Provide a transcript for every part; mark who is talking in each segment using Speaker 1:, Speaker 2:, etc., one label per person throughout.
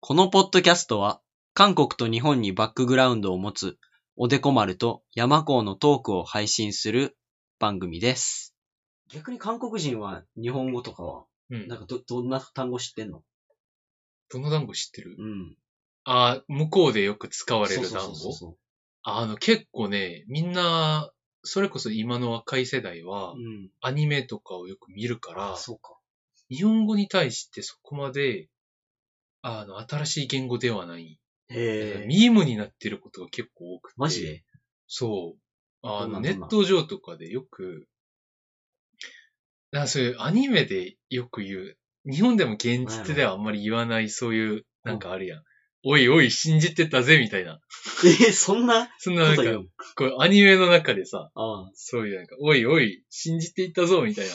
Speaker 1: このポッドキャストは、韓国と日本にバックグラウンドを持つ、おでこ丸と山高のトークを配信する番組です。逆に韓国人は日本語とかは、
Speaker 2: うん
Speaker 1: なんかど、どんな単語知ってんの
Speaker 2: どの単語知ってる
Speaker 1: うん。
Speaker 2: ああ、向こうでよく使われる
Speaker 1: そうそう
Speaker 2: 単
Speaker 1: そう
Speaker 2: 語
Speaker 1: そ
Speaker 2: あの、結構ね、みんな、それこそ今の若い世代は
Speaker 1: う。う、ん。
Speaker 2: アニメとかをよく見るから、
Speaker 1: そうか。
Speaker 2: 日本語に対してそこまで、あの、新しい言語ではない。
Speaker 1: へえ。
Speaker 2: ミームになってることが結構多くて。
Speaker 1: マジで
Speaker 2: そう。あ
Speaker 1: どんな
Speaker 2: の、
Speaker 1: んど
Speaker 2: ネ
Speaker 1: んな
Speaker 2: ット上とかでよく、なんかそういうアニメでよく言う、日本でも現実ではあんまり言わないそういう、なんかあるやん。おいおい、信じてたぜ、みたいな。
Speaker 1: え、そんな
Speaker 2: そんな
Speaker 1: こ
Speaker 2: なん
Speaker 1: と
Speaker 2: か、
Speaker 1: 言う
Speaker 2: こうアニメの中でさ、
Speaker 1: ああ、
Speaker 2: そういうなんか、おいおい、信じていったぞ、みたいな。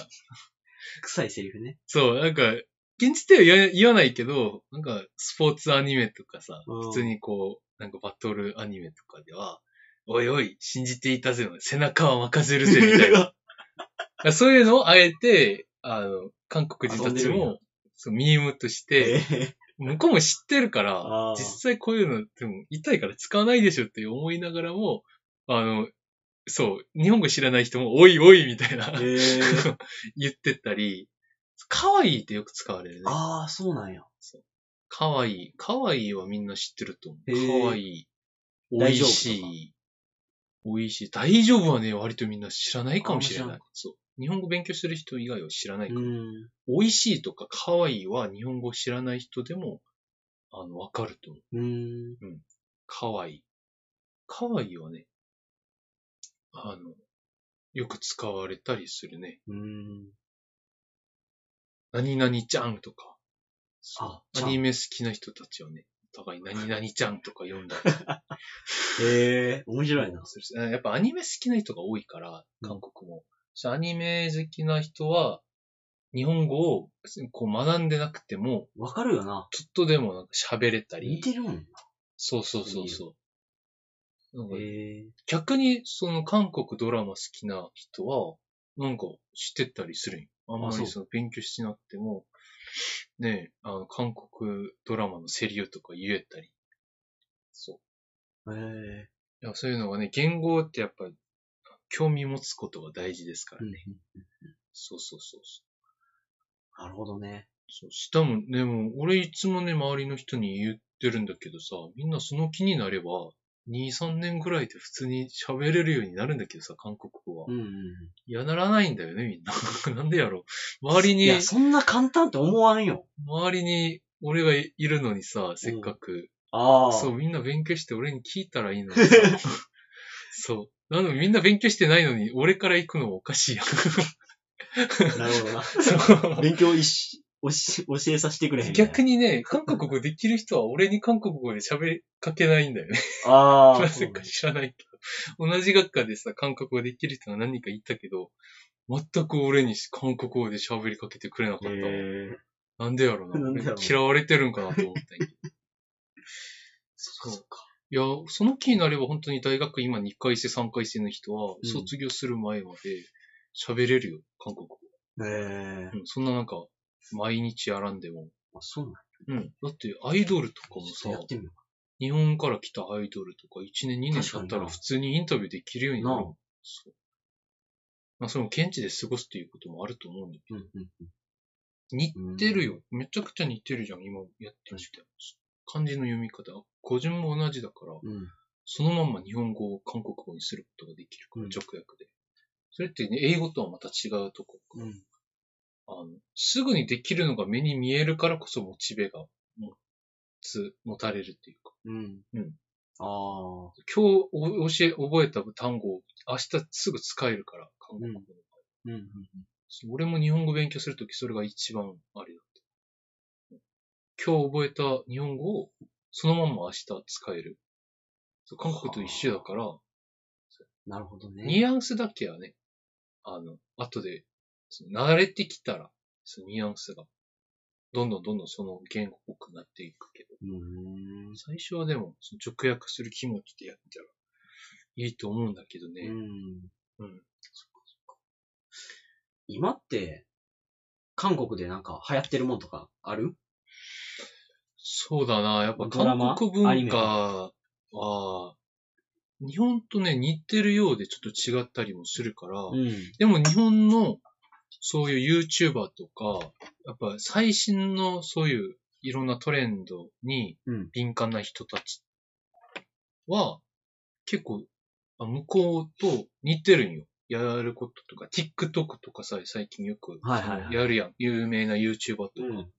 Speaker 1: 臭いセリフね。
Speaker 2: そう、なんか、現実では言わ言わないけど、なんか、スポーツアニメとかさ、
Speaker 1: うん
Speaker 2: 普通にこう、なんかバトルアニメとかでは、おいおい、信じていたぜの、背中は任せるぜ、みたいな。だからそういうのをあえて、あの、韓国人たち
Speaker 1: 遊んでるん
Speaker 2: も、そう、ミームとして、
Speaker 1: え
Speaker 2: 向こうも知ってるか
Speaker 1: あ
Speaker 2: ら
Speaker 1: ー、
Speaker 2: 実際こういうの、でも、痛いから使わないでしょって思いながらも、あの、そう、日本語知らない人も、おいおい、みたいな
Speaker 1: ー、えー。
Speaker 2: 言ってったり、可愛いってよく使われるね。
Speaker 1: ああ、そうなんや。
Speaker 2: 可愛い。可愛いはみんな知ってると思
Speaker 1: へー
Speaker 2: う。可愛い。美
Speaker 1: 大
Speaker 2: 味
Speaker 1: 丈夫
Speaker 2: しい。美味しい。大丈夫はね、割とみんな知らないかもしれ
Speaker 1: あんま知ら
Speaker 2: な。
Speaker 1: ない
Speaker 2: そう。日本語勉強する人以外は知らないうから。
Speaker 1: ん。
Speaker 2: 美味しいとか可愛いは日本語知らない人でも、あの、わかると思う。
Speaker 1: うん。
Speaker 2: 可愛い。可愛いはね、あの、よく使われたりするね。
Speaker 1: うん。
Speaker 2: 何々ちゃんとか。
Speaker 1: あ、
Speaker 2: アニメ好きな人たちはね、お互い何々ちゃんとか読んだり
Speaker 1: へえ、面白いな。
Speaker 2: するし、 やっぱアニメ好きな人が多いから、
Speaker 1: うん
Speaker 2: 韓国も。そしてアニメ好きな人は、日本語をこう学んでなくても、
Speaker 1: わかるよな。
Speaker 2: ちょっとでもなんか喋れた
Speaker 1: 似
Speaker 2: り、
Speaker 1: てるもん。
Speaker 2: そうそうそうそう。なんか
Speaker 1: へえ。
Speaker 2: 逆にその韓国ドラマ好きな人は、なんか知ってたりするんよあんま
Speaker 1: あそう
Speaker 2: りその勉強しなくても、ねえ、あの、韓国ドラマのセリフとか言えたり。そう。
Speaker 1: へえ。
Speaker 2: いや、そういうのがね、言語ってやっぱ、興味持つことが大事ですからね。そうそうそうそう。
Speaker 1: なるほどね。
Speaker 2: そうしかも、でも、俺いつもね、周りの人に言ってるんだけどさ、みんなその気になれば、2、3年ぐらいで普通に喋れるようになるんだけどさ、韓国語は。
Speaker 1: うんうん
Speaker 2: いや、ならないんだよね、みんな。なんで やろ
Speaker 1: う
Speaker 2: う。
Speaker 1: ん。
Speaker 2: 周り
Speaker 1: い
Speaker 2: に、
Speaker 1: や、そんな簡単って思わんよ。
Speaker 2: 周りに、俺がいるのにさ、せっかく、
Speaker 1: ああ。
Speaker 2: そう、みんな勉強して俺に聞いたらいい のにさ。そう。なのにみんな勉強してないのに、俺から行くのもおかしいやん。
Speaker 1: なるほどな。
Speaker 2: そう
Speaker 1: 勉強いし、おし、教えさせてくれへん。
Speaker 2: 逆
Speaker 1: に。
Speaker 2: にね、韓国語できる人は俺に韓国語で喋りかけないんだよね。
Speaker 1: ああ。
Speaker 2: な
Speaker 1: そ
Speaker 2: ぜ
Speaker 1: うな
Speaker 2: か
Speaker 1: んや
Speaker 2: 知らないけど。同じ学科でさ、韓国語できる人が何人かいたけど、全く俺に韓国語で喋りかけてくれなかったわ。
Speaker 1: へえ。
Speaker 2: なんでやろうな。
Speaker 1: なんでやろう
Speaker 2: 俺嫌われてるんかなと思ったんやけど。
Speaker 1: そっかそっか。
Speaker 2: いや、その気になれば本当に大学今2回生3回生の人は
Speaker 1: ん
Speaker 2: 卒業する前まで喋れるよ、韓国語。
Speaker 1: へえ。
Speaker 2: うん、そんななんか、毎日やらんでも。
Speaker 1: あ、そうなんや
Speaker 2: うん。だってアイドルとかも
Speaker 1: ちょっ
Speaker 2: さ
Speaker 1: と、やってみよ
Speaker 2: 日本から来たアイドルとか1年2年経
Speaker 1: 確
Speaker 2: っ
Speaker 1: か
Speaker 2: た
Speaker 1: にな
Speaker 2: ら普通にインタビューできるよう
Speaker 1: う
Speaker 2: に
Speaker 1: か
Speaker 2: な
Speaker 1: な
Speaker 2: る。そう。まあそれも現地で過ごすっていうこともあると思うんだけ
Speaker 1: うんうんうん。
Speaker 2: ど。似てるよ。めちゃくちゃ似てるじゃん、今やってみて。漢字の読み方。語順も同じだから。
Speaker 1: うん。
Speaker 2: そのまんま日本語を韓国語にすることができるから、
Speaker 1: うん
Speaker 2: 直訳で。それってね、英語とはまた違うとこ
Speaker 1: う
Speaker 2: ろ、
Speaker 1: ん。
Speaker 2: あの。すぐにできるのが目に見えるからこそモチベが持つ、持たれるっていうか。
Speaker 1: うん。
Speaker 2: うん。
Speaker 1: ああ。
Speaker 2: 今日お教え、覚えた単語を明日すぐ使えるから、韓国語の場合。
Speaker 1: うんうん。
Speaker 2: そう俺も日本語勉強するときそれが一番あれだった。今日覚えた日本語をそのまんま明日使える。そう韓国と一緒だから、
Speaker 1: なるほどね。
Speaker 2: ニュアンスだけはね、あの、後で、その慣れてきたら、そのニュアンスが、どんどんどんどんその言語っぽくなっていくけど、
Speaker 1: うーん。
Speaker 2: 最初はでも、その直訳する気持ちでやったら、いいと思うんだけど
Speaker 1: う
Speaker 2: ね。
Speaker 1: ん。
Speaker 2: うん。
Speaker 1: 今って、韓国でなんか流行ってるもんとかある
Speaker 2: そうだな。やっぱ
Speaker 1: ドラマ
Speaker 2: 韓国
Speaker 1: アニ
Speaker 2: 文
Speaker 1: メ
Speaker 2: 化は、日本とね、似てるようでちょっと違ったりもするから、
Speaker 1: うん。
Speaker 2: でも日本のそういう YouTuber とか、やっぱ最新のそういういろんなトレンドに
Speaker 1: うん。
Speaker 2: 敏感な人たちは、結構、あ向こうと似てるんよ。やることとか、TikTok とかさ、最近よく、
Speaker 1: はいはいはい
Speaker 2: やるやん。有名な YouTuber とか。
Speaker 1: う
Speaker 2: だか
Speaker 1: ん。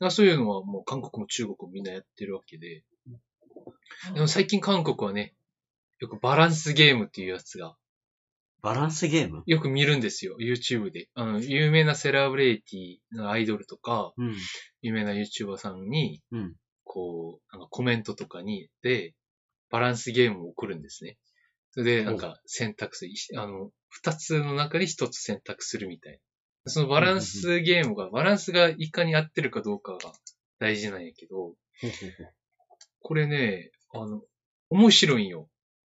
Speaker 2: らそういうのはもう韓国も中国もみんなやってるわけで。でも最近韓国はね、よくバランスゲームっていうやつが
Speaker 1: バランスゲーム
Speaker 2: よく見るんですよ、YouTube で。あの、有名なセラブレイティのアイドルとか、
Speaker 1: うん。
Speaker 2: 有名な YouTuber さんに、
Speaker 1: うん
Speaker 2: こう、あのコメントとかに、で、バランスゲームを送るんですね。それで、なんか、選択肢、いしあの、二つの中に一つ選択するみたいな。そのバランスゲームが、バランスがいかに合ってるかどうかが大事なんやけど、これね、あの、面白いんよ。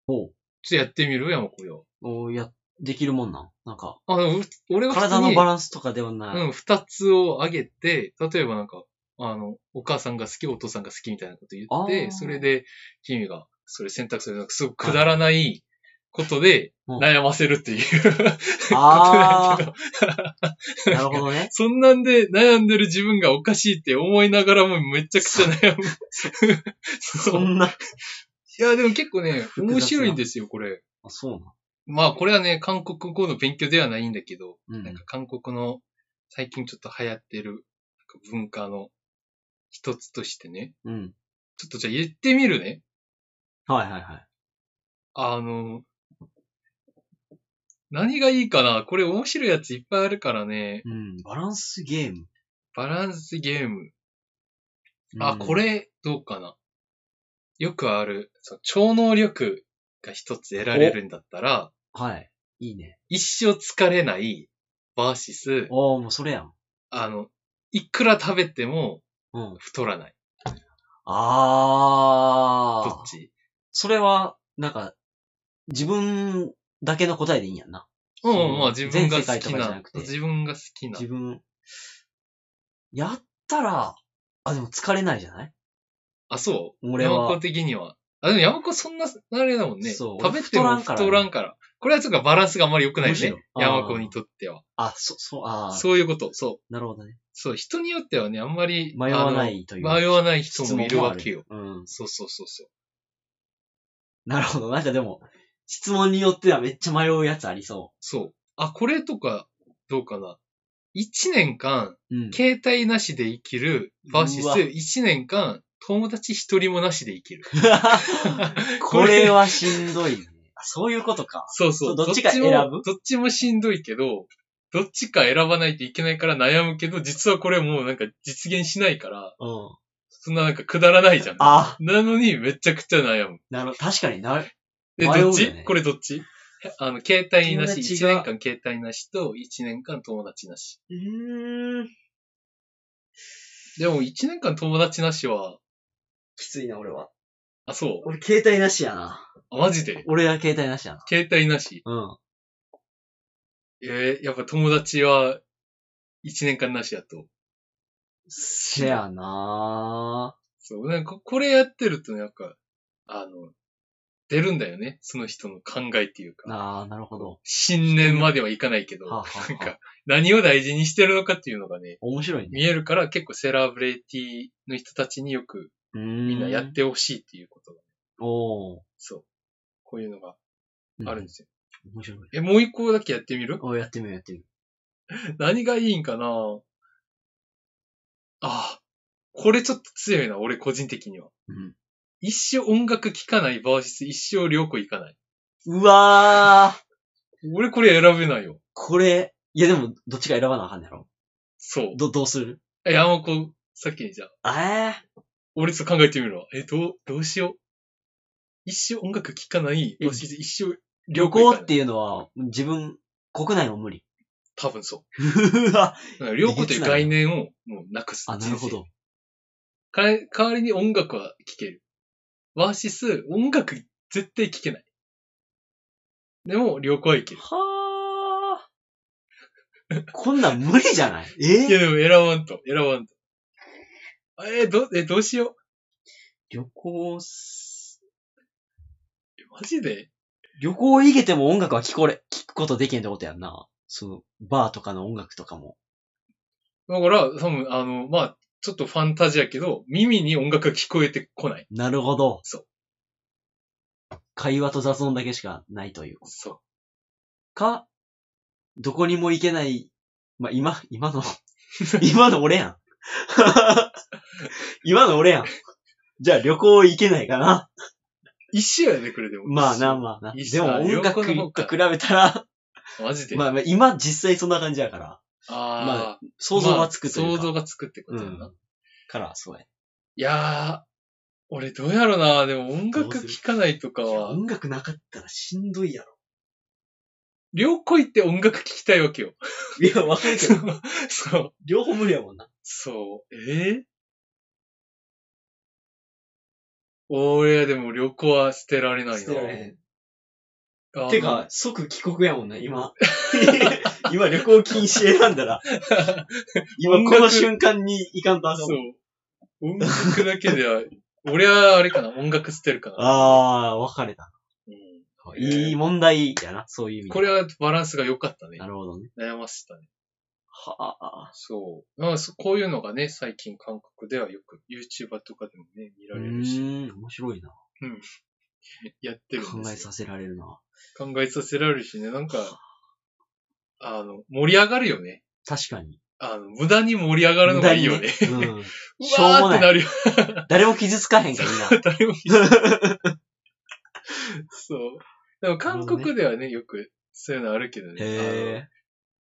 Speaker 1: ほう。
Speaker 2: ちょっとやってみるやん、これを。
Speaker 1: おーや、できるもんなんなんか、
Speaker 2: あの、う俺は普通に
Speaker 1: 体のバランスとかではない。
Speaker 2: うん、二つをあげて、例えばなんか、あの、お母さんが好き、お父さんが好きみたいなこと言っ
Speaker 1: あー
Speaker 2: て、それで、君が、それ選択する、なんかすごくくだらないことで、
Speaker 1: うん
Speaker 2: 悩ませるっていうことなん
Speaker 1: あ
Speaker 2: や けど、
Speaker 1: ー、なるほどね。
Speaker 2: そんなんで悩んでる自分がおかしいって思いながらもめちゃくちゃ悩む。 そ
Speaker 1: そ
Speaker 2: うん
Speaker 1: な。
Speaker 2: いや、でも結構ね、
Speaker 1: 複雑な
Speaker 2: 面白いんですよ、これ。
Speaker 1: あ、そうな
Speaker 2: まあ、これはね、韓国語の勉強ではないんだけど、
Speaker 1: の。う
Speaker 2: なん
Speaker 1: ん
Speaker 2: か。韓国の最近ちょっと流行ってるなんか文化の一つとしてね、
Speaker 1: うん。
Speaker 2: ちょっとじゃあ言ってみるね。
Speaker 1: はいはいはい。
Speaker 2: あの、何がいいかなこれ面白いやついっぱいあるからね。
Speaker 1: うん。バランスゲーム。
Speaker 2: バランスゲーム。
Speaker 1: う
Speaker 2: あ、
Speaker 1: ん
Speaker 2: こ。れ、どうかなよくある、その超能力が一つ得られるんだったら、
Speaker 1: はい。いいね。
Speaker 2: 一生疲れない、バーシス、
Speaker 1: おー、もうそれやん。
Speaker 2: あの、いくら食べても
Speaker 1: うん。
Speaker 2: 太らない。
Speaker 1: あー。
Speaker 2: どっち
Speaker 1: それは、なんか、自分だけの答えでいいんやんな。
Speaker 2: うん
Speaker 1: その、
Speaker 2: まあ自分が
Speaker 1: 全世
Speaker 2: 好
Speaker 1: 界と
Speaker 2: き
Speaker 1: かじゃ
Speaker 2: な
Speaker 1: なく。て
Speaker 2: 自分が好きな
Speaker 1: 自。分、やったら、あ、でも疲れないじゃない
Speaker 2: あ、そう
Speaker 1: 俺は
Speaker 2: 山子的には。あ、でも山子そんな、あれだもんね。
Speaker 1: そう
Speaker 2: 食べても
Speaker 1: 俺太らんからね
Speaker 2: 太らんから。これはちょっとバランスがあんまり良くない
Speaker 1: むし
Speaker 2: ね
Speaker 1: ろ。あー
Speaker 2: 山子にとっては。
Speaker 1: あ、そ、そう、あー
Speaker 2: そういうこと。そう。
Speaker 1: なるほどね。
Speaker 2: そう。人によってはね、あんまり。
Speaker 1: 迷わないと
Speaker 2: あ
Speaker 1: いう。
Speaker 2: の迷わない
Speaker 1: 質
Speaker 2: 人
Speaker 1: 問
Speaker 2: もいるわけよ。
Speaker 1: もある。うん。
Speaker 2: そうそうそうそう。
Speaker 1: なるほど。なんかでも、質問によってはめっちゃ迷うやつありそ
Speaker 2: そう。あ、これとか、どうかな。一年間、
Speaker 1: う。うん。
Speaker 2: 携帯なしで生きる、バーシ
Speaker 1: うわ
Speaker 2: ス、一年間、友達一人もなしで生きる。
Speaker 1: これはしんどいね。あそういうことか。
Speaker 2: そうそう。
Speaker 1: そうどっちか選ぶ
Speaker 2: もどっちもしんどいけど、どっちか選ばないといけないから悩むけど、実はこれもうなんか実現しないから、
Speaker 1: うん。
Speaker 2: そんななんかくだらないじゃん。な
Speaker 1: あ、
Speaker 2: のにめちゃくちゃ悩む。
Speaker 1: なる確かにな、
Speaker 2: で、
Speaker 1: 迷うよ
Speaker 2: ど
Speaker 1: ね
Speaker 2: っちこれどっちあの、携帯な
Speaker 1: 友
Speaker 2: し、
Speaker 1: 達
Speaker 2: 1
Speaker 1: が
Speaker 2: 年間携帯なしと1年間友達なし。
Speaker 1: うーん。
Speaker 2: でも1年間友達なしは、
Speaker 1: きついな、俺は。
Speaker 2: あ、そう。
Speaker 1: 俺、携帯なしやな。
Speaker 2: あマジで
Speaker 1: 俺は携帯なしやな。
Speaker 2: 携帯なし。
Speaker 1: うん。
Speaker 2: えーやっぱ友達は1年間なしやと。
Speaker 1: せやな
Speaker 2: そう、なんかここれやってるとなんか、あの、出るんだよね。その人の考えっていう
Speaker 1: ぁ。
Speaker 2: か。
Speaker 1: あー、なるほど。
Speaker 2: 信念まではいかないけど、
Speaker 1: はあ
Speaker 2: な
Speaker 1: はあ
Speaker 2: んか、何を大事にしてるのかっていうのがね、
Speaker 1: 面白いね。
Speaker 2: 見えるから結構セラブレイティの人たちによく
Speaker 1: み
Speaker 2: みんなやっ。てほしいっていうことが、
Speaker 1: おー。
Speaker 2: そう。こういうのがあるんですよ。
Speaker 1: うん。面白い。
Speaker 2: え、もう一個だけやってみる
Speaker 1: おやってみよう、やってみよ
Speaker 2: 何がいいんかなああ、これちょっと強いな、俺個人的には。
Speaker 1: う。うん。
Speaker 2: 一生音楽聴かないバーシス一生良子行かない。
Speaker 1: うわー。
Speaker 2: 俺これ選べないよ。
Speaker 1: これ、いやでも、どっちか選ばなあかんねやろ。
Speaker 2: そう。
Speaker 1: ど、どうする
Speaker 2: え山子、さっきにじゃあ、
Speaker 1: え
Speaker 2: 俺ちょっと考えてみるわ。え、どう、どうしよう。一生音楽聴かない。
Speaker 1: え
Speaker 2: よし一生
Speaker 1: ー、旅
Speaker 2: 旅行
Speaker 1: 行
Speaker 2: 行か
Speaker 1: っていうのは、自分、国内も無理。
Speaker 2: 多分そ
Speaker 1: わ。
Speaker 2: うう。だから両方という概念をもうなくす。
Speaker 1: あ、なるほ
Speaker 2: 人
Speaker 1: ど。
Speaker 2: 生。かえ代わりに音楽は聴ける。ワーシス、音楽絶対聴けない。でも、旅行は行ける。
Speaker 1: はー。こんなん無理じゃないえ
Speaker 2: いや、でも選ばんと、選ばんと。えー、ど、え、どうしよ
Speaker 1: 旅行す、
Speaker 2: う。マジで
Speaker 1: 旅行行けても音楽は聞これ、聞くことできへんってことやんな。その、バーとかの音楽とかも。
Speaker 2: だから、多分、あの、まあ、ちょっとファンタジアけど、耳に音楽が聞こえてこない。
Speaker 1: なるほど。
Speaker 2: そう。
Speaker 1: 会話と雑音だけしかないという。
Speaker 2: そう。
Speaker 1: か、どこにも行けない、まあ、今、今 の、今の俺やん。今の俺やん。じゃあ旅行行けないかな。
Speaker 2: 一緒やね、これでも。
Speaker 1: まあな、。まあな。
Speaker 2: 一
Speaker 1: で
Speaker 2: 緒
Speaker 1: も
Speaker 2: あ
Speaker 1: 音楽
Speaker 2: 旅行の方
Speaker 1: と
Speaker 2: か
Speaker 1: 比べたら、
Speaker 2: マジで。
Speaker 1: まあまあ今実際そんな感じやから、
Speaker 2: あー、
Speaker 1: まあ想像がつくとい
Speaker 2: ま
Speaker 1: う
Speaker 2: あ
Speaker 1: か、
Speaker 2: 想像がつくってことやな。
Speaker 1: うんから、そうや。
Speaker 2: いやー、俺どうやろな。でも音
Speaker 1: どう
Speaker 2: 楽
Speaker 1: する
Speaker 2: 聴かないとか
Speaker 1: いや
Speaker 2: は、
Speaker 1: 音楽なかったらしんどいやろ。
Speaker 2: 両恋って音楽聴きたいわけよ。
Speaker 1: いや、わかるけ ど、
Speaker 2: そう。
Speaker 1: 両方無理やもんな。
Speaker 2: そう。えー俺、でも旅行は捨てられないな。
Speaker 1: 捨てられへん
Speaker 2: あの
Speaker 1: てか、、即帰国やもんな、今。 今旅行禁止選んだ ら、今
Speaker 2: 音
Speaker 1: こ
Speaker 2: 楽
Speaker 1: の瞬間に行かんとあかん
Speaker 2: そう。音楽だけでは、俺はあれかな、音楽捨てるかな。
Speaker 1: ああ、分かれた。
Speaker 2: うん
Speaker 1: いい問題やな、そういう意味で。
Speaker 2: これはバランスが良かったね
Speaker 1: な。るほどね。
Speaker 2: 悩ませたね。
Speaker 1: はあ。
Speaker 2: そう。まあ、そこういうのがね、最近韓国ではよく YouTuber とかでもね、見
Speaker 1: う
Speaker 2: られるし、
Speaker 1: ーん、面白いな。
Speaker 2: やってるん
Speaker 1: 考
Speaker 2: で
Speaker 1: え
Speaker 2: す
Speaker 1: さ
Speaker 2: よ
Speaker 1: せられるな。
Speaker 2: 考えさせられるしね、なんか、あの、盛り上がるよね。
Speaker 1: 確かに。
Speaker 2: あの、無駄に盛り上がるのがいいよね。
Speaker 1: 無駄にね。うん。
Speaker 2: う
Speaker 1: しょう
Speaker 2: わ
Speaker 1: も
Speaker 2: ーっ
Speaker 1: ない
Speaker 2: てなるよ。
Speaker 1: 誰も傷つかへんから、みん な。
Speaker 2: 誰も聞いてないそう。でも韓国ではね、よくそういうのあるけどね。あの
Speaker 1: へえ。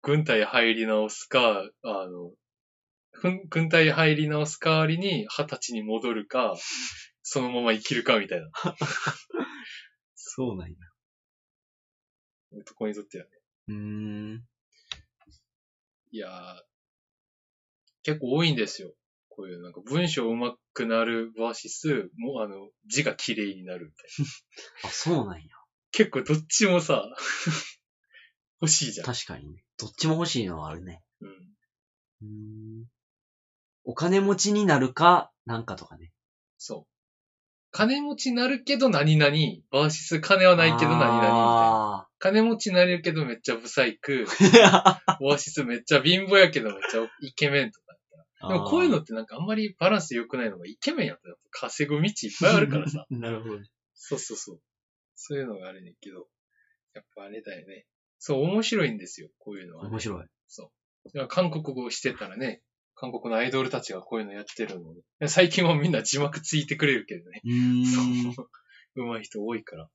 Speaker 2: 軍隊入り直すか、あの、ふん軍隊入り直す代わりに二十歳に戻るか、そのまま生きるかみたいな。
Speaker 1: そうなんや。
Speaker 2: とこにとってはね。
Speaker 1: うーん。
Speaker 2: いやー、結構多いんですよ。こういうなんか文章上手くなる vs、もうあの、字が綺麗になるみたいな。
Speaker 1: あ、そうなんや。
Speaker 2: 結構どっちもさ、 欲しいじゃん。
Speaker 1: 確かにね。どっちも欲しいのはあるね。
Speaker 2: うん。
Speaker 1: うーん。お金持ちになるか、なんかとかね。
Speaker 2: そう。金持ちなるけど何々、vs 金はないけど何々みたいな。金持ちなれるけどめっちゃ不細工。
Speaker 1: みたいな。。
Speaker 2: オアシスめっちゃ貧乏やけどめっちゃイケメンとか。 でもこういうのってなんかあんまりバランス良くないのがイケメンやったら稼ぐ道いっぱいあるからさ。
Speaker 1: なるほどね。
Speaker 2: そうそうそう。そういうのがあるねんけど。やっぱあれだよね。そう、面白いんですよ、こういうのは。
Speaker 1: 面白い。
Speaker 2: だから韓国語をしてたらね、韓国のアイドルたちがこういうのやってるので。最近はみんな字幕ついてくれるけどね。
Speaker 1: うーん。
Speaker 2: そう。上手い人多いから。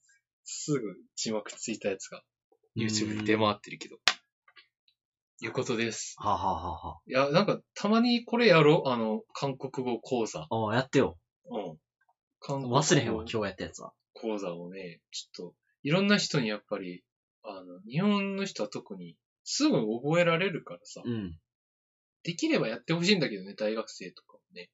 Speaker 2: すぐ字幕ついたやつが YouTube に出回ってるけど。いうことです。
Speaker 1: はあはあはあはい
Speaker 2: や、なんか、たまにこれやろうあの、韓国語講座。
Speaker 1: あ。ああ、やってよ。
Speaker 2: うん。韓国語
Speaker 1: 忘れへんわ、今日やったやつは。
Speaker 2: 講座をね、ちょっと、いろんな人にやっぱり、あの、日本の人は特に、すぐ覚えられるからさ、
Speaker 1: うん。
Speaker 2: できればやってほしいんだけどね、大学生とかもね。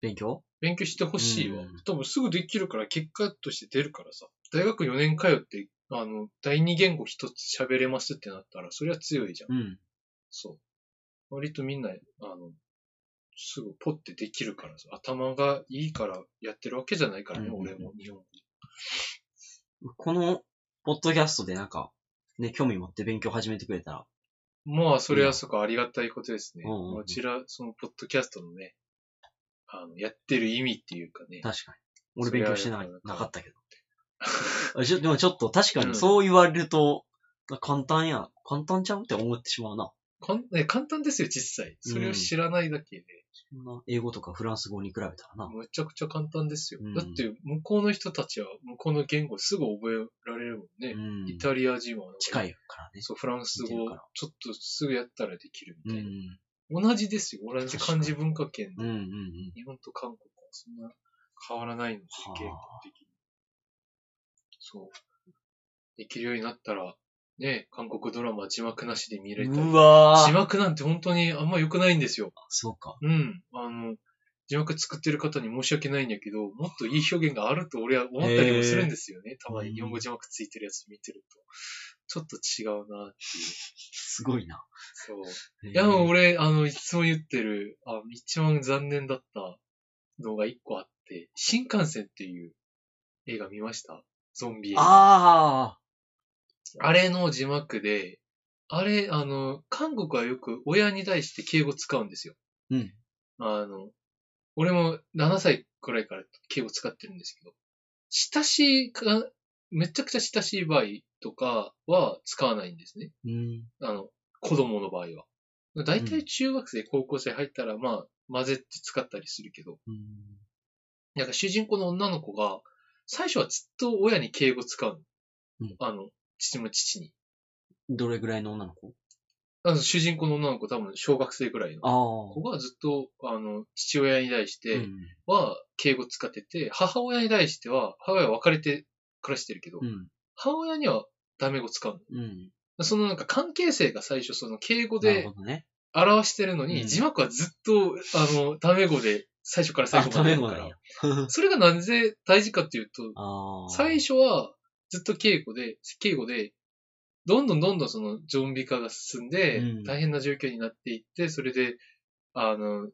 Speaker 1: 勉強
Speaker 2: 勉強してほしいわ
Speaker 1: うん。
Speaker 2: 多分すぐできるから、結果として出るからさ。大学4年通って、あの、第二言語一つ喋れますってなったら、そりゃ強いじゃん。
Speaker 1: うん。
Speaker 2: そう。割とみんな、あの、すぐポッてできるからさ、頭がいいからやってるわけじゃないからね、
Speaker 1: うんうんうん
Speaker 2: 俺も日本語。
Speaker 1: この、ポッドキャストでなんか、ね、興味持って勉強始めてくれたら、
Speaker 2: まあ、それはそこありがたいことですね。
Speaker 1: うんうんうん
Speaker 2: こちら、そのポッドキャストのね、あの、やってる意味っていうかね。
Speaker 1: 確かに。俺勉強してな
Speaker 2: それは
Speaker 1: なかったけど。あちょでもちょっと確かにそう言われると、簡単や、簡単ちゃうって思ってしまうな。
Speaker 2: かんね簡単ですよ、実際。それを知らないだけで、
Speaker 1: そんな英語とかフランス語に比べたらな。
Speaker 2: むちゃくちゃ簡単ですよ。
Speaker 1: うん
Speaker 2: だって、向こうの人たちは、向こうの言語すぐ覚えられるもん
Speaker 1: う
Speaker 2: ね。
Speaker 1: ん。
Speaker 2: イタリア人はなんか
Speaker 1: 近いからね。
Speaker 2: そう、フランス語、
Speaker 1: 似てるから
Speaker 2: ちょっとすぐやったらできるみ
Speaker 1: う
Speaker 2: た
Speaker 1: ん
Speaker 2: いな。。同じですよ。同じ漢字文化圏
Speaker 1: うんうんうん。
Speaker 2: 日本と韓国はそんな変わらないので、
Speaker 1: はあ
Speaker 2: 言語的に。そう。できるようになったら、ね、韓国ドラマ字幕なしで見れたり
Speaker 1: う。わ
Speaker 2: 字
Speaker 1: ー。
Speaker 2: 幕なんて本当にあんま良くないんですよ。
Speaker 1: そうか。
Speaker 2: うん。あの、字幕作ってる方に申し訳ないんやけど、もっといい表現があると俺は思ったりもするんですよね。たまに日本語字幕ついてるやつ見てると。ちょっと違うなっていう。
Speaker 1: すごいな。
Speaker 2: そう。
Speaker 1: い
Speaker 2: いや、もう俺、あの、いつも言ってる、あの一番残念だった動画一個あって、新幹線っていう映画見ましたゾンビ映画。あ
Speaker 1: あ
Speaker 2: れの字幕で、あれ、あの、韓国はよく親に対して敬語使うんですよ。
Speaker 1: あうん。
Speaker 2: あの、俺も7歳くらいから敬語使ってるんですけど、親しいか、めちゃくちゃ親しい場合とかは使わないんですね。
Speaker 1: うん。
Speaker 2: あの、子供の場合は。だいた
Speaker 1: う
Speaker 2: い中学生、高校生入ったら、まあ、混ぜて使ったりするけど、
Speaker 1: うん。
Speaker 2: なんか主人公の女の子が、最初はずっと親に敬語使うの。
Speaker 1: うん
Speaker 2: あの、父の父に。
Speaker 1: どれぐらいの女の子
Speaker 2: あの主人公の女の子多分小学生くらいの
Speaker 1: あ
Speaker 2: 子
Speaker 1: あ。
Speaker 2: がずっと、あの、父親に対し
Speaker 1: う
Speaker 2: て、
Speaker 1: ん。
Speaker 2: は敬語使ってて、母親に対しては、母親は別れて暮らしてるけど、
Speaker 1: うん。
Speaker 2: 母親にはダメ語使う
Speaker 1: うん。
Speaker 2: の。そのなんか関係性が最初その敬語
Speaker 1: なる
Speaker 2: で
Speaker 1: ほどね。
Speaker 2: 表してるの
Speaker 1: う
Speaker 2: に、
Speaker 1: ん
Speaker 2: 字幕はずっと、あの、ダメ語で最初から最
Speaker 1: あ、
Speaker 2: 後
Speaker 1: ダ
Speaker 2: まで
Speaker 1: メ
Speaker 2: やる
Speaker 1: 語
Speaker 2: か
Speaker 1: なん
Speaker 2: ら
Speaker 1: や。。
Speaker 2: それがなぜ大事かっていうと、
Speaker 1: ああ。
Speaker 2: 最初はずっと敬語で、敬語で、どんどんどんどんそのゾンビ化が進んで
Speaker 1: うん、
Speaker 2: 大変な状況になっていって、それで、あの、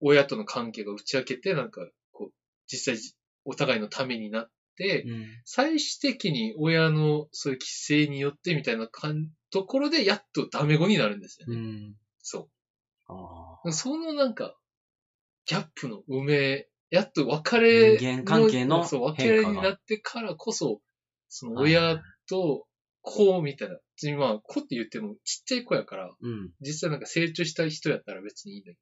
Speaker 2: 親との関係が打ち明けて、なんか、こう、実際お互いのためになって、
Speaker 1: うん。
Speaker 2: 最終的に親のそういう規制によってみたいなかんところで、やっとダメ語になるんですよ
Speaker 1: う
Speaker 2: ね。
Speaker 1: ん。
Speaker 2: そ
Speaker 1: ああ。
Speaker 2: う。そのなんか、ギャップの埋め、やっと別れ
Speaker 1: 人間関係の
Speaker 2: そう、別
Speaker 1: 変
Speaker 2: れ
Speaker 1: 化
Speaker 2: に
Speaker 1: が
Speaker 2: なってからこそ、その親と、こうみたいな。今、子って言ってもちっちゃい子やから、
Speaker 1: うん。
Speaker 2: 実際なんか成長したい人やったら別にいいんだけ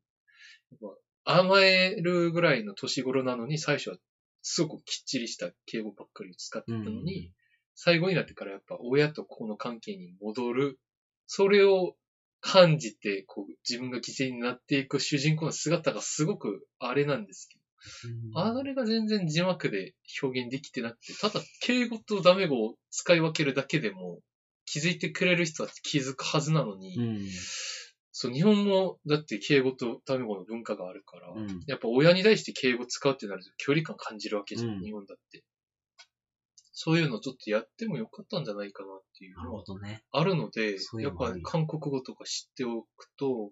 Speaker 2: ど、やっぱ甘えるぐらいの年頃なのに、最初はすごくきっちりした敬語ばっかり使ってたのに、最後になってからやっぱ親と子の関係に戻る、それを感じて、こう自分が犠牲になっていく主人公の姿がすごくあれなんですけど、あれが全然字幕で表現できてなくて、ただ敬語とダメ語を使い分けるだけでも気づいてくれる人は気づくはずなのに、
Speaker 1: うん。
Speaker 2: そう、日本もだって敬語とダメ語の文化があるから、
Speaker 1: うん。
Speaker 2: やっぱ親に対して敬語使うってなると距離感感じるわけじゃん、
Speaker 1: うん
Speaker 2: 日本だって。そういうのちょっとやってもよかったんじゃないかなっていう
Speaker 1: なる
Speaker 2: の
Speaker 1: ほ
Speaker 2: は
Speaker 1: どね。
Speaker 2: あるので、
Speaker 1: そういう
Speaker 2: やっ
Speaker 1: のもあ
Speaker 2: ぱ
Speaker 1: る
Speaker 2: 韓国語とか知っておくと、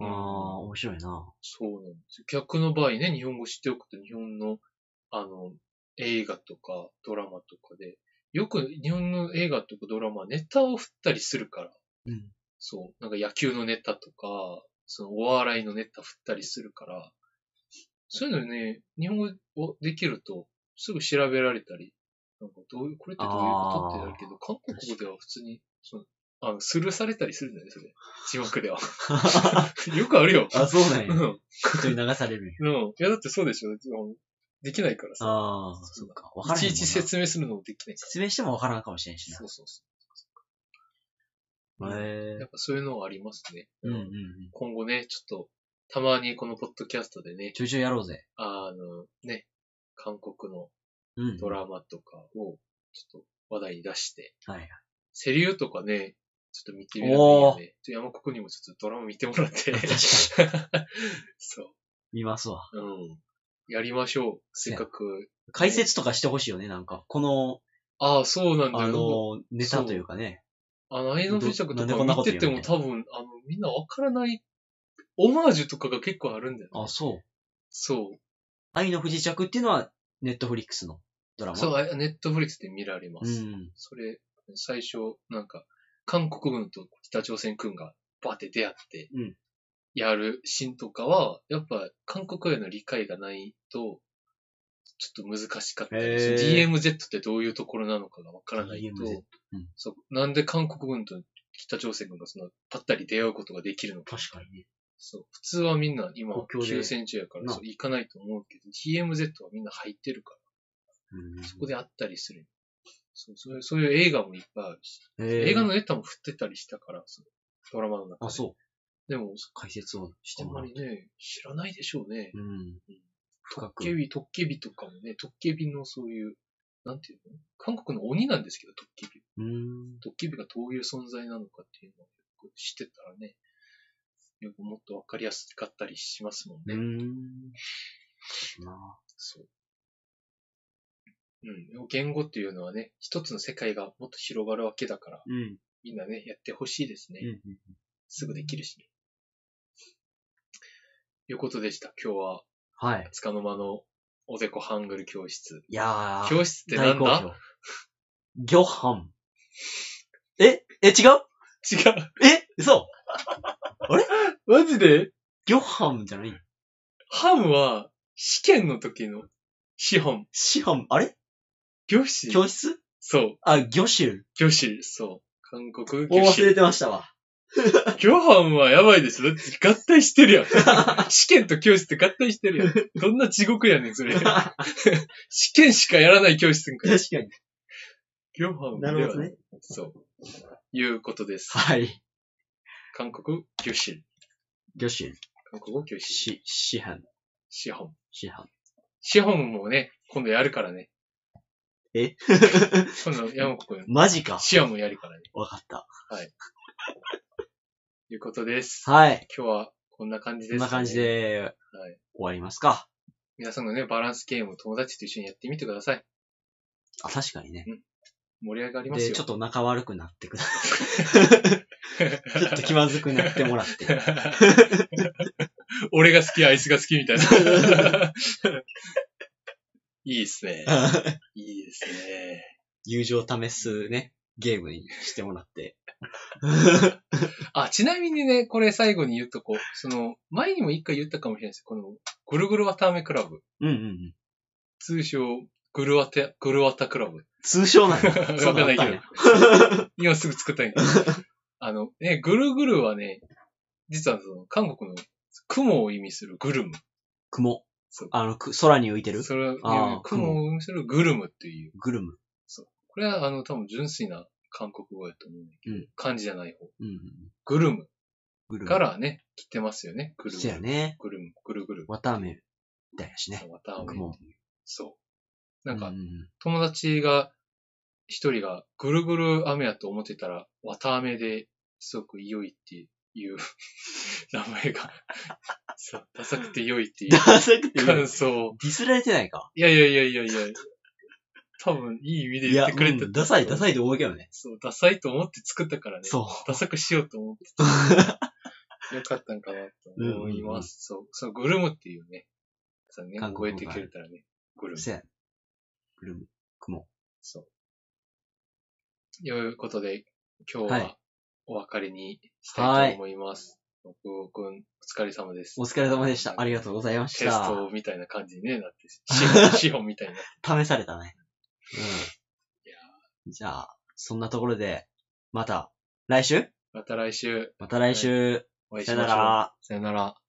Speaker 1: あ
Speaker 2: うん
Speaker 1: あ、面白いな。
Speaker 2: そうなんですよ。逆の場合ね、日本語知っておくと日本の、あの、映画とかドラマとかで、よく日本の映画とかドラマはネタを振ったりするから、
Speaker 1: うん。
Speaker 2: そう、なんか野球のネタとか、そのお笑いのネタ振ったりするから、そういうのね、日本語をできると、すぐ調べられたり、なんかどういう、これってどういうことってなるけど、韓国語では普通に、その、あの、スルーされたりするんだよね、それ。字 幕では。よくあるよ。
Speaker 1: あ、そうなん
Speaker 2: う
Speaker 1: や。
Speaker 2: ん。
Speaker 1: 人に流されるんや。
Speaker 2: うん。いや、だってそうでしょ。できないからさ。
Speaker 1: ああ、そうか。わから
Speaker 2: い
Speaker 1: んもん
Speaker 2: ちい
Speaker 1: な
Speaker 2: ち説明するのもできないか
Speaker 1: 説明してもわからんかもしれんし
Speaker 2: ら。
Speaker 1: な
Speaker 2: そ。うそうそ
Speaker 1: へ
Speaker 2: う。
Speaker 1: え
Speaker 2: や。っぱそういうのはありますね。
Speaker 1: うんうんうん。
Speaker 2: 今後ね、ちょっと、たまにこのポッドキャストでね、
Speaker 1: ちょいちょいやろうぜ。
Speaker 2: あの、ね、韓国の
Speaker 1: うん。
Speaker 2: ド
Speaker 1: は
Speaker 2: ラマとかを、ちょっと話題に出して、
Speaker 1: い。
Speaker 2: セリフとかね、ちょっと見てみるといいよね。ちょっと山国にもちょっとドラマ見てもらって。
Speaker 1: 確かに
Speaker 2: そ
Speaker 1: 見ますわ。
Speaker 2: う。うん。やりましょう。せっかく。
Speaker 1: 解説とかしてほしいよね、なんか。この、
Speaker 2: ああ、そうなんだ
Speaker 1: あ
Speaker 2: よ。
Speaker 1: の、ネタというかね。
Speaker 2: あの、愛の不時
Speaker 1: ど
Speaker 2: 着と
Speaker 1: なんでこんな
Speaker 2: か
Speaker 1: こ
Speaker 2: 見
Speaker 1: と
Speaker 2: て
Speaker 1: 言う
Speaker 2: て
Speaker 1: の
Speaker 2: も多分、あの、みんなわからない、オマージュとかが結構あるんだよ、ね。
Speaker 1: あ、そう。
Speaker 2: そう。
Speaker 1: 愛の不時着っていうのは、ネットフリックスのドラマ。
Speaker 2: そう、あネットフリックスで見られま
Speaker 1: う
Speaker 2: す。
Speaker 1: ん。
Speaker 2: それ、最初、なんか、韓国軍と北朝鮮軍がバーって出会って
Speaker 1: うん、
Speaker 2: やるシーンとかは、やっぱ韓国への理解がないと、ちょっと難しかったり、
Speaker 1: へー
Speaker 2: その DMZ ってどういうところなのかがわからないと、
Speaker 1: DMZ うん
Speaker 2: そうなんで韓国軍と北朝鮮軍がその、ぱったり出会うことができるのか。
Speaker 1: 確かにね。
Speaker 2: そう。普通はみんな今
Speaker 1: 国、境で
Speaker 2: 休戦中やから、
Speaker 1: な
Speaker 2: そう行かないと思うけど、TMZ はみんな入ってるから、
Speaker 1: うん
Speaker 2: そこであったりする。そうそういうそういう映画もいっぱいあるし、映画のネタも振ってたりしたから、そうドラマの中で。
Speaker 1: あ、そう。
Speaker 2: でも、
Speaker 1: 解説をし
Speaker 2: あ
Speaker 1: て
Speaker 2: ん
Speaker 1: もら
Speaker 2: ま
Speaker 1: う
Speaker 2: り。ね、知らないでしょうね。
Speaker 1: うん。深
Speaker 2: トッケ
Speaker 1: く。
Speaker 2: ビ、トッケビとかもね、トッケビのそういう、なんていうの韓国の鬼なんですけど、トッケビ。
Speaker 1: うん。
Speaker 2: トッケビがどういう存在なのかっていうのをよく知ってたらね、よくもっとわかりやすかったりしますもんね。
Speaker 1: うん。な
Speaker 2: そう。うん。言語っていうのはね、一つの世界がもっと広がるわけだから、
Speaker 1: うん。
Speaker 2: みんなね、やってほしいですね。
Speaker 1: うん。
Speaker 2: すぐできるしね。いうことでした。今日は、
Speaker 1: はい。
Speaker 2: つかの間のおでこハングル教室。
Speaker 1: いやー。
Speaker 2: 教室ってなんだ
Speaker 1: 魚飯。ええ、違う
Speaker 2: 違う。
Speaker 1: え嘘
Speaker 2: マジで
Speaker 1: 魚飯じゃない
Speaker 2: ハムは、試験の時の、資本。
Speaker 1: 師飯、あれ
Speaker 2: 魚師
Speaker 1: 教室
Speaker 2: そう。
Speaker 1: あ、魚種。
Speaker 2: 魚師。そう。韓国
Speaker 1: お、忘
Speaker 2: 魚師。
Speaker 1: れてま したわ。
Speaker 2: 魚飯はやばいでしょだって合体してるやん。 試験と教室って合体してるやん。どんな地獄やねん、それ。
Speaker 1: 確か
Speaker 2: 試験しかやらない教室か。
Speaker 1: に。
Speaker 2: 魚飯 で
Speaker 1: な
Speaker 2: は
Speaker 1: るほどね。
Speaker 2: そう。いうことです。
Speaker 1: はい。
Speaker 2: 韓国魚師。
Speaker 1: 魚種。
Speaker 2: 韓国魚師。
Speaker 1: し、師飯。
Speaker 2: 資本。
Speaker 1: 師飯。
Speaker 2: 資本もね、今度やるからね。
Speaker 1: え
Speaker 2: 今度、山子くん、
Speaker 1: マジか。
Speaker 2: シアもやるからね。
Speaker 1: わかった。
Speaker 2: いうことです。
Speaker 1: はい。
Speaker 2: 今日はこんな感じです、
Speaker 1: こんな感じ。で
Speaker 2: はい。
Speaker 1: 終わりますか。
Speaker 2: 皆さんのね、バランスゲームを友達と一緒にやってみてください。
Speaker 1: あ、確かにね。
Speaker 2: 盛り上がります
Speaker 1: で、
Speaker 2: よ。
Speaker 1: ちょっと仲悪くなってくださ い。ちょっと気まずくなってもらって。
Speaker 2: 俺が好き、あいつが好きみた いな。いいですね。いいですね。
Speaker 1: 友情を試すね、ゲームにしてもらって。
Speaker 2: あ、ちなみにね、これ最後に言っとこう。その、前にも一回言ったかもしれないですけど、この、ぐるぐるわたあめクラブ。
Speaker 1: うんうんうん。
Speaker 2: 通称、ぐるわた、ぐるわたクラ ブ。
Speaker 1: 通称なんだ。
Speaker 2: わかんない
Speaker 1: そう
Speaker 2: け
Speaker 1: だ
Speaker 2: ど
Speaker 1: っ。
Speaker 2: 今すぐ作ったんやけど。あの、ね、ぐるぐるはね、実はその、韓国の雲を意味するグルム。
Speaker 1: 雲
Speaker 2: そう。
Speaker 1: あの、く空に浮いてる
Speaker 2: それ
Speaker 1: あ
Speaker 2: は
Speaker 1: ー、
Speaker 2: 雲を意味するグルムっていう。
Speaker 1: グルム。
Speaker 2: これは、あの、多分純粋な韓国語やと思うんだけど、
Speaker 1: うん
Speaker 2: 漢字じゃない方。
Speaker 1: うんうんうん。
Speaker 2: グルム
Speaker 1: グルム。
Speaker 2: からね、来てますよね。グルム。
Speaker 1: そうやね。
Speaker 2: グルム、ぐるぐる。
Speaker 1: わたあめみたいなしね。
Speaker 2: わたあめ
Speaker 1: 雲。
Speaker 2: そう。なんか
Speaker 1: う、ん
Speaker 2: 友達が、一人が、ぐるぐる雨やと思ってたら、綿雨ですごく良いっていう 名前が、 そう、ダサくて良いってい
Speaker 1: ダ
Speaker 2: う
Speaker 1: サくていい
Speaker 2: 感想。
Speaker 1: ディスられてないか
Speaker 2: いやいやいやいやいや、多分いい意味で言ってくれて
Speaker 1: いやうんダサい、ダ
Speaker 2: い。
Speaker 1: サいで多いけどね。
Speaker 2: そう、ダサいと思って作ったからね。
Speaker 1: そう。
Speaker 2: ダサくしようと思って た。よかったんかなと思います。そう、そのグルムっていうね、さね、
Speaker 1: 韓
Speaker 2: 覚え
Speaker 1: 国語が
Speaker 2: てくれたらね、グルム。
Speaker 1: せや。グルム。雲。
Speaker 2: そう。いうことで、今日
Speaker 1: は
Speaker 2: はいお別れにしたいと思います。僕おくん、お疲れ様です。
Speaker 1: お疲れ様でした。ありがとうございまし
Speaker 2: テス
Speaker 1: た。
Speaker 2: トみたいな感じにねなって、資 本、資本みたいになって。
Speaker 1: 試されたね。
Speaker 2: いや
Speaker 1: うん。じゃあ、そんなところで、また、来週
Speaker 2: また来週
Speaker 1: また来週、
Speaker 2: お会いし
Speaker 1: さよ
Speaker 2: ま
Speaker 1: な
Speaker 2: しょう。
Speaker 1: ら。
Speaker 2: さよなら。